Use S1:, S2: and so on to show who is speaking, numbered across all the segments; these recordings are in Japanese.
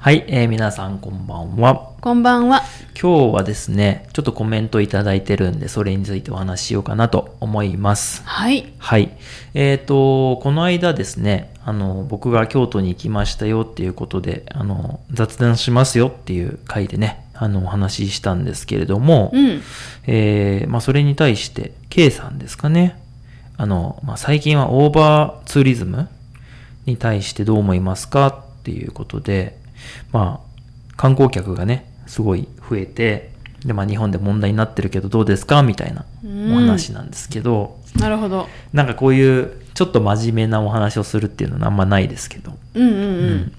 S1: はい、えー皆さんこんばんは。
S2: こんばんは。
S1: 今日はですね、ちょっとコメントいただいてるんで、それについてお話ししようかなと思います。
S2: はい。
S1: はい。えっ、と、この間ですね、あの、僕が京都に行きましたよっていうことで、あの、雑談しますよっていう回でね、あの、お話ししたんですけれども、
S2: うん。
S1: えーまあ、それに対して、K さんですかね。あの、まあ、最近はオーバーツーリズムに対してどう思いますかっていうことで、まあ、観光客がね、すごい増えて、で、まあ、日本で問題になってるけどどうですかみたいな
S2: うん
S1: お話なんですけど、
S2: なるほど。
S1: なんかこういう、ちょっと真面目なお話をするっていうのはあんまないですけど、
S2: うんうんうん。
S1: うん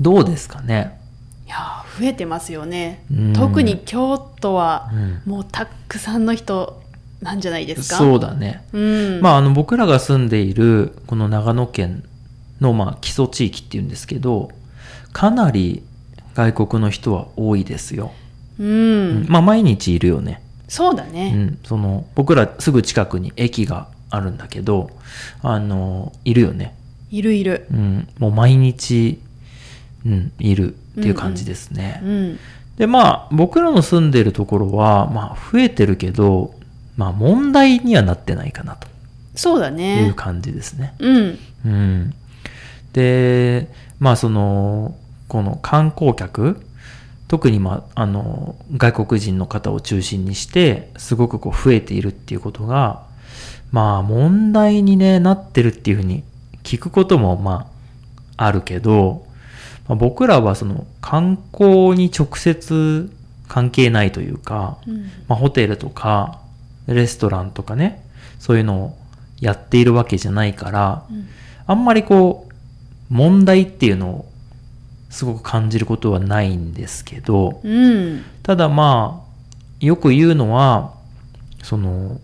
S1: どうですかね
S2: いやー増えてますよね
S1: うん。
S2: 特に京都は
S1: うん
S2: もうたくさんの人なんじゃないですか。。
S1: そううだね。
S2: うん。
S1: まあ、あの僕らが住んでいるこの長野県のまあ基礎地域っていうんですけどかなり外国の人は多いですよ、
S2: う
S1: うん
S2: ん。
S1: まあ毎日いるよね、
S2: そうだ
S1: う
S2: ね。
S1: ん、その僕らすぐ近くに駅があるんだけどあのいるよね、
S2: いるいる。
S1: うん、もう毎日、うん、いるっていう感じですね、
S2: うん。
S1: でまあ僕らの住んでるところはまあ増えてるけどまあ問題にはなってないかなと
S2: そうだ
S1: い
S2: ね
S1: う。感じですね
S2: うん。
S1: うん、でまあそのこの観光客特に、まあ、あの外国人の方を中心にしてすごくこう増えているっていうことがまあ問題に、ね、なってるっていうふうに聞くこともまああるけど、まあ僕らはその観光に直接関係ないというか、
S2: うん。
S1: まあ、ホテルとかレストランとかねそういうのをやっているわけじゃないから
S2: うん
S1: あんまりこう問題っていうのをすごく感じることはないんですけど
S2: うん。
S1: ただまあよく言うのはその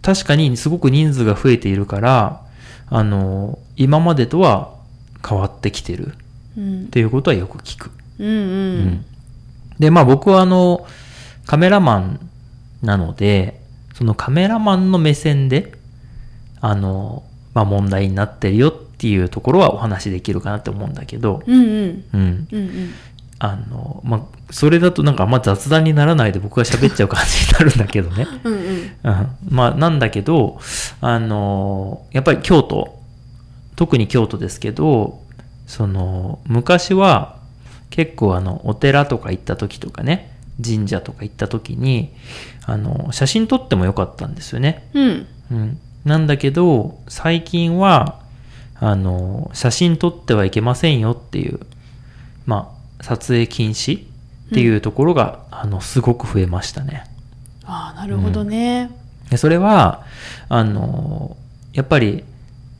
S1: 確かにすごく人数が増えているからあの今までとは変わってきてる
S2: うん
S1: っていうことはよく聞く。
S2: うんうん
S1: で、まあ僕はあの、カメラマンなので、そのカメラマンの目線で、あの、まあ問題になってるよっていうところはお話しできるかなって思うんだけど、
S2: うんう
S1: う
S2: ん
S1: ん。
S2: うんうん
S1: あの、まあ、それだとなんかあんま雑談にならないで僕が喋っちゃう感じになるんだけどね。
S2: うんうん
S1: うん、まあなんだけど、あのやっぱり京都特に京都ですけどその昔は結構あのお寺とか行った時とかね神社とか行った時にあの写真撮ってもよかったんですよね、
S2: うん
S1: うん、なんだけど最近はあの写真撮ってはいけませんよっていう、まあ、撮影禁止っていうところが、あのすごく増えましたね。
S2: ああなるほどね
S1: でそれはあのやっぱり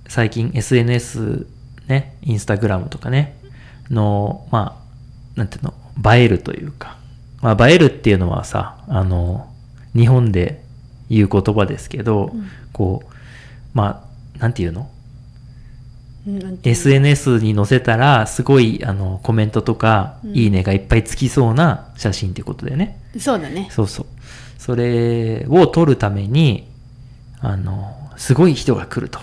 S1: 最近 SNS ねインスタグラムとかねのまあなんていうの映えるというか、まあ、映えるっていうのはさあの日本で言う言葉ですけど、
S2: うん
S1: こうまあなんていうの
S2: うんなんていうの
S1: SNS に載せたらすごいあのコメントとか、
S2: うん
S1: いいねがいっぱいつきそうな写真ってことでね、
S2: そうだね
S1: そうそう。それを撮るために、あの、すごい人が来ると。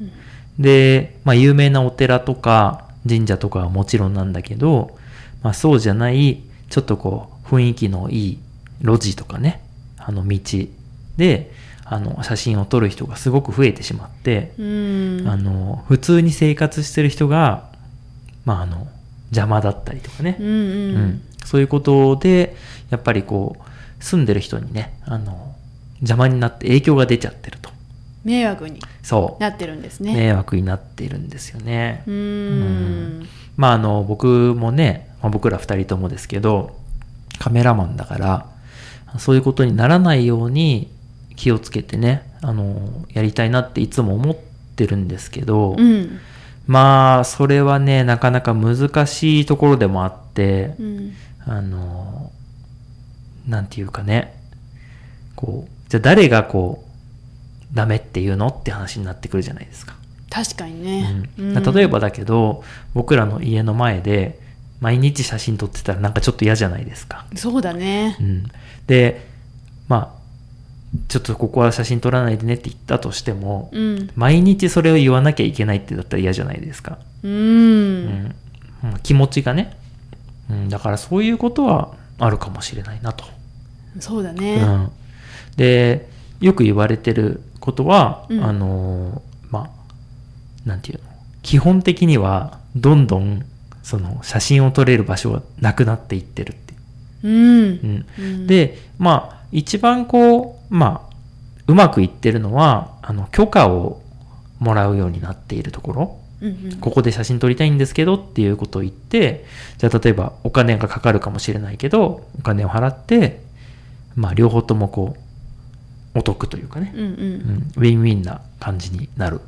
S2: うん
S1: で、まあ、有名なお寺とか神社とかはもちろんなんだけど、まあ、そうじゃない、ちょっとこう、雰囲気のいい路地とかね、あの道で、あの、写真を撮る人がすごく増えてしまって、
S2: うん
S1: あの、普通に生活してる人が、まあ、あの、邪魔だったりとかね、
S2: うんうん
S1: うん、そういうことでやっぱりこう住んでる人にねあの邪魔になって影響が出ちゃってると
S2: 迷惑に
S1: そ
S2: なってるんです
S1: う、
S2: ね
S1: 迷惑になっているんですよね、
S2: うー
S1: うん
S2: ん
S1: まああの僕もね、まあ、僕ら2人ともですけどカメラマンだからそういうことにならないように気をつけてねあのやりたいなっていつも思ってるんですけど、
S2: うん
S1: まあそれはねなかなか難しいところでもあって
S2: う、ん
S1: あの、なんていうかね、こう、じゃあ誰がこう、ダメっていうのって話になってくるじゃないですか。
S2: 確かに
S1: う
S2: ね、
S1: ん
S2: うん
S1: 例えばだけど、僕らの家の前で、毎日写真撮ってたらなんかちょっと嫌じゃないですか。
S2: そうだね
S1: うん、で、まあ、ちょっとここは写真撮らないでねって言ったとしても、
S2: うん
S1: 毎日それを言わなきゃいけないってだったら嫌じゃないですか。
S2: うん、
S1: うんうん気持ちがね、うん、だからそういうことはあるかもしれないなと、
S2: そうだ
S1: う
S2: ね、
S1: ん、でよく言われてることは、
S2: うん
S1: あのまあなんていうの基本的にはどんどんその写真を撮れる場所はなくなっていってるって、
S2: うん
S1: うん、
S2: うん
S1: でまあ一番こうまあうまくいってるのはあの許可をもらうようになっているところ、
S2: うんうん
S1: ここで写真撮りたいんですけどっていうことを言って、じゃあ例えばお金がかかるかもしれないけど、お金を払って、まあ両方ともこう、お得というかね、
S2: うんう
S1: うんんウィンウィンな感じになる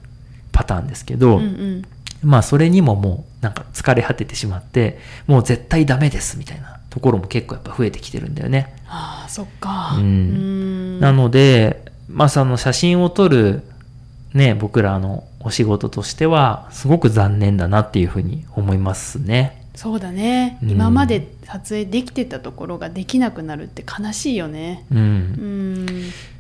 S1: パターンですけど、
S2: うんうん
S1: まあそれにももうなんか疲れ果ててしまって、もう絶対ダメですみたいなところも結構やっぱ増えてきてるんだよね。
S2: ああそっか
S1: うん
S2: うん
S1: なので、まあ、その写真を撮る、ね、僕らのお仕事としては、すごく残念だなっていうふうに思いますね。
S2: そうだね、
S1: うん
S2: 今まで撮影できてたところができなくなるって悲しいよね
S1: う。
S2: うんん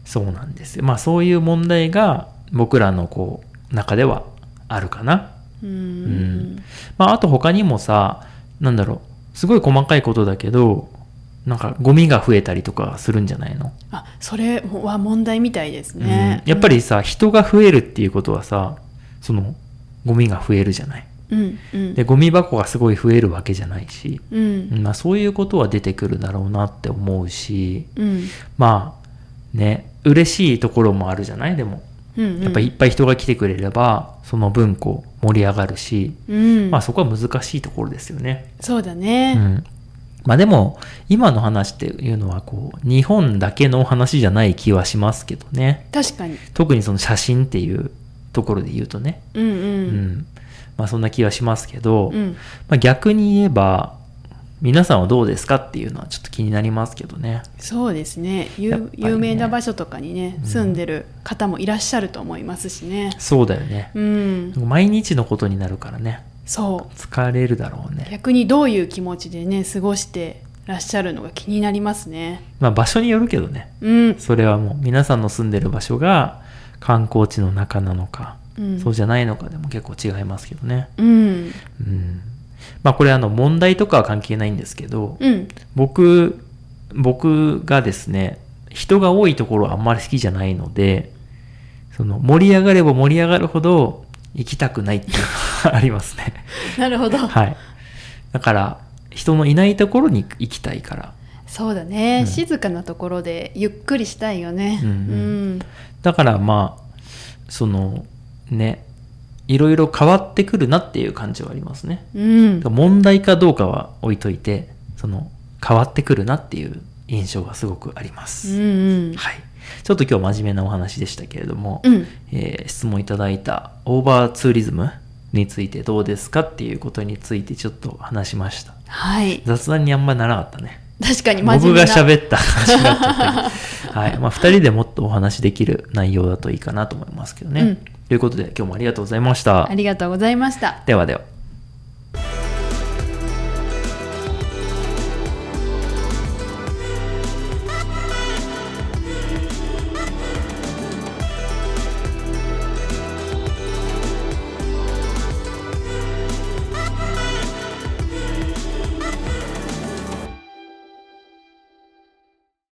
S1: そうなんですよ。まあ、そういう問題が僕らのこう、中ではあるかな。
S2: うん、
S1: んまあ、あと他にもさ、なんだろう、すごい細かいことだけど、なんかゴミが増えたりとかするんじゃないの、
S2: あそれは問題みたいですね、
S1: うん、やっぱりさ、人が増えるっていうことはさ、その、ゴミが増えるじゃない。
S2: うんうん
S1: で、ゴミ箱がすごい増えるわけじゃないし、
S2: うん
S1: まあ、そういうことは出てくるだろうなって思うし
S2: うん
S1: まあね嬉しいところもあるじゃないでも
S2: うん
S1: やっぱりいっぱい人が来てくれればその分こう盛り上がるし、
S2: うん
S1: まあ、そこは難しいところですよね。
S2: そうだ
S1: う
S2: ね
S1: んまあ、でも今の話っていうのはこう日本だけの話じゃない気はしますけどね
S2: 確かに
S1: 特にその写真っていうところで言うとね、
S2: うん
S1: う
S2: うん
S1: んまあ、そんな気はしますけど、
S2: うん
S1: まあ、逆に言えば皆さんはどうですかっていうのはちょっと気になりますけどね。
S2: そうですね
S1: やっぱ
S2: 有
S1: りね
S2: 有名な場所とかにね
S1: うん
S2: 住んでる方もいらっしゃると思いますしね
S1: そうだよね。
S2: うん
S1: 毎日のことになるからね。
S2: そ
S1: 疲れるだろう
S2: う
S1: ね。
S2: 逆にどういう気持ちでね過ごしてらっしゃるのが気になりますね
S1: まあ場所によるけどね。
S2: うん
S1: それはもう皆さんの住んでる場所が観光地の中なのか、
S2: うん
S1: そうじゃないのかでも結構違いますけどね。
S2: うん
S1: うん。まあこれあの問題とかは関係ないんですけど、
S2: うん
S1: 僕、僕がですね、人が多いところはあんまり好きじゃないので、その盛り上がれば盛り上がるほど行きたくないっていうのがありますね。
S2: なるほど
S1: はい。だから、人のいないところに行きたいから。
S2: そうだね、
S1: うん
S2: 静かなところでゆっくりしたいよね
S1: うんだからまあ、その、ね、いろいろ変わってくるなっていう感じはありますね。
S2: うん、うん
S1: 問題かどうかは置いといて、その、変わってくるなっていう印象がすごくあります。
S2: うん
S1: はい。ちょっと今日真面目なお話でしたけれども、
S2: うん
S1: えー質問いただいたオーバーツーリズムについてどうですかっていうことについてちょっと話しました。
S2: はい
S1: 雑談にあんまならなかったね。
S2: 確かに真面
S1: 僕
S2: 目
S1: が
S2: な
S1: 喋った話になっちゃったけどはい。まあ、二人でもっとお話しできる内容だといいかなと思いますけどね。
S2: うん
S1: ということで今日もありがとうございました
S2: あ。りがとうございました
S1: ではでは。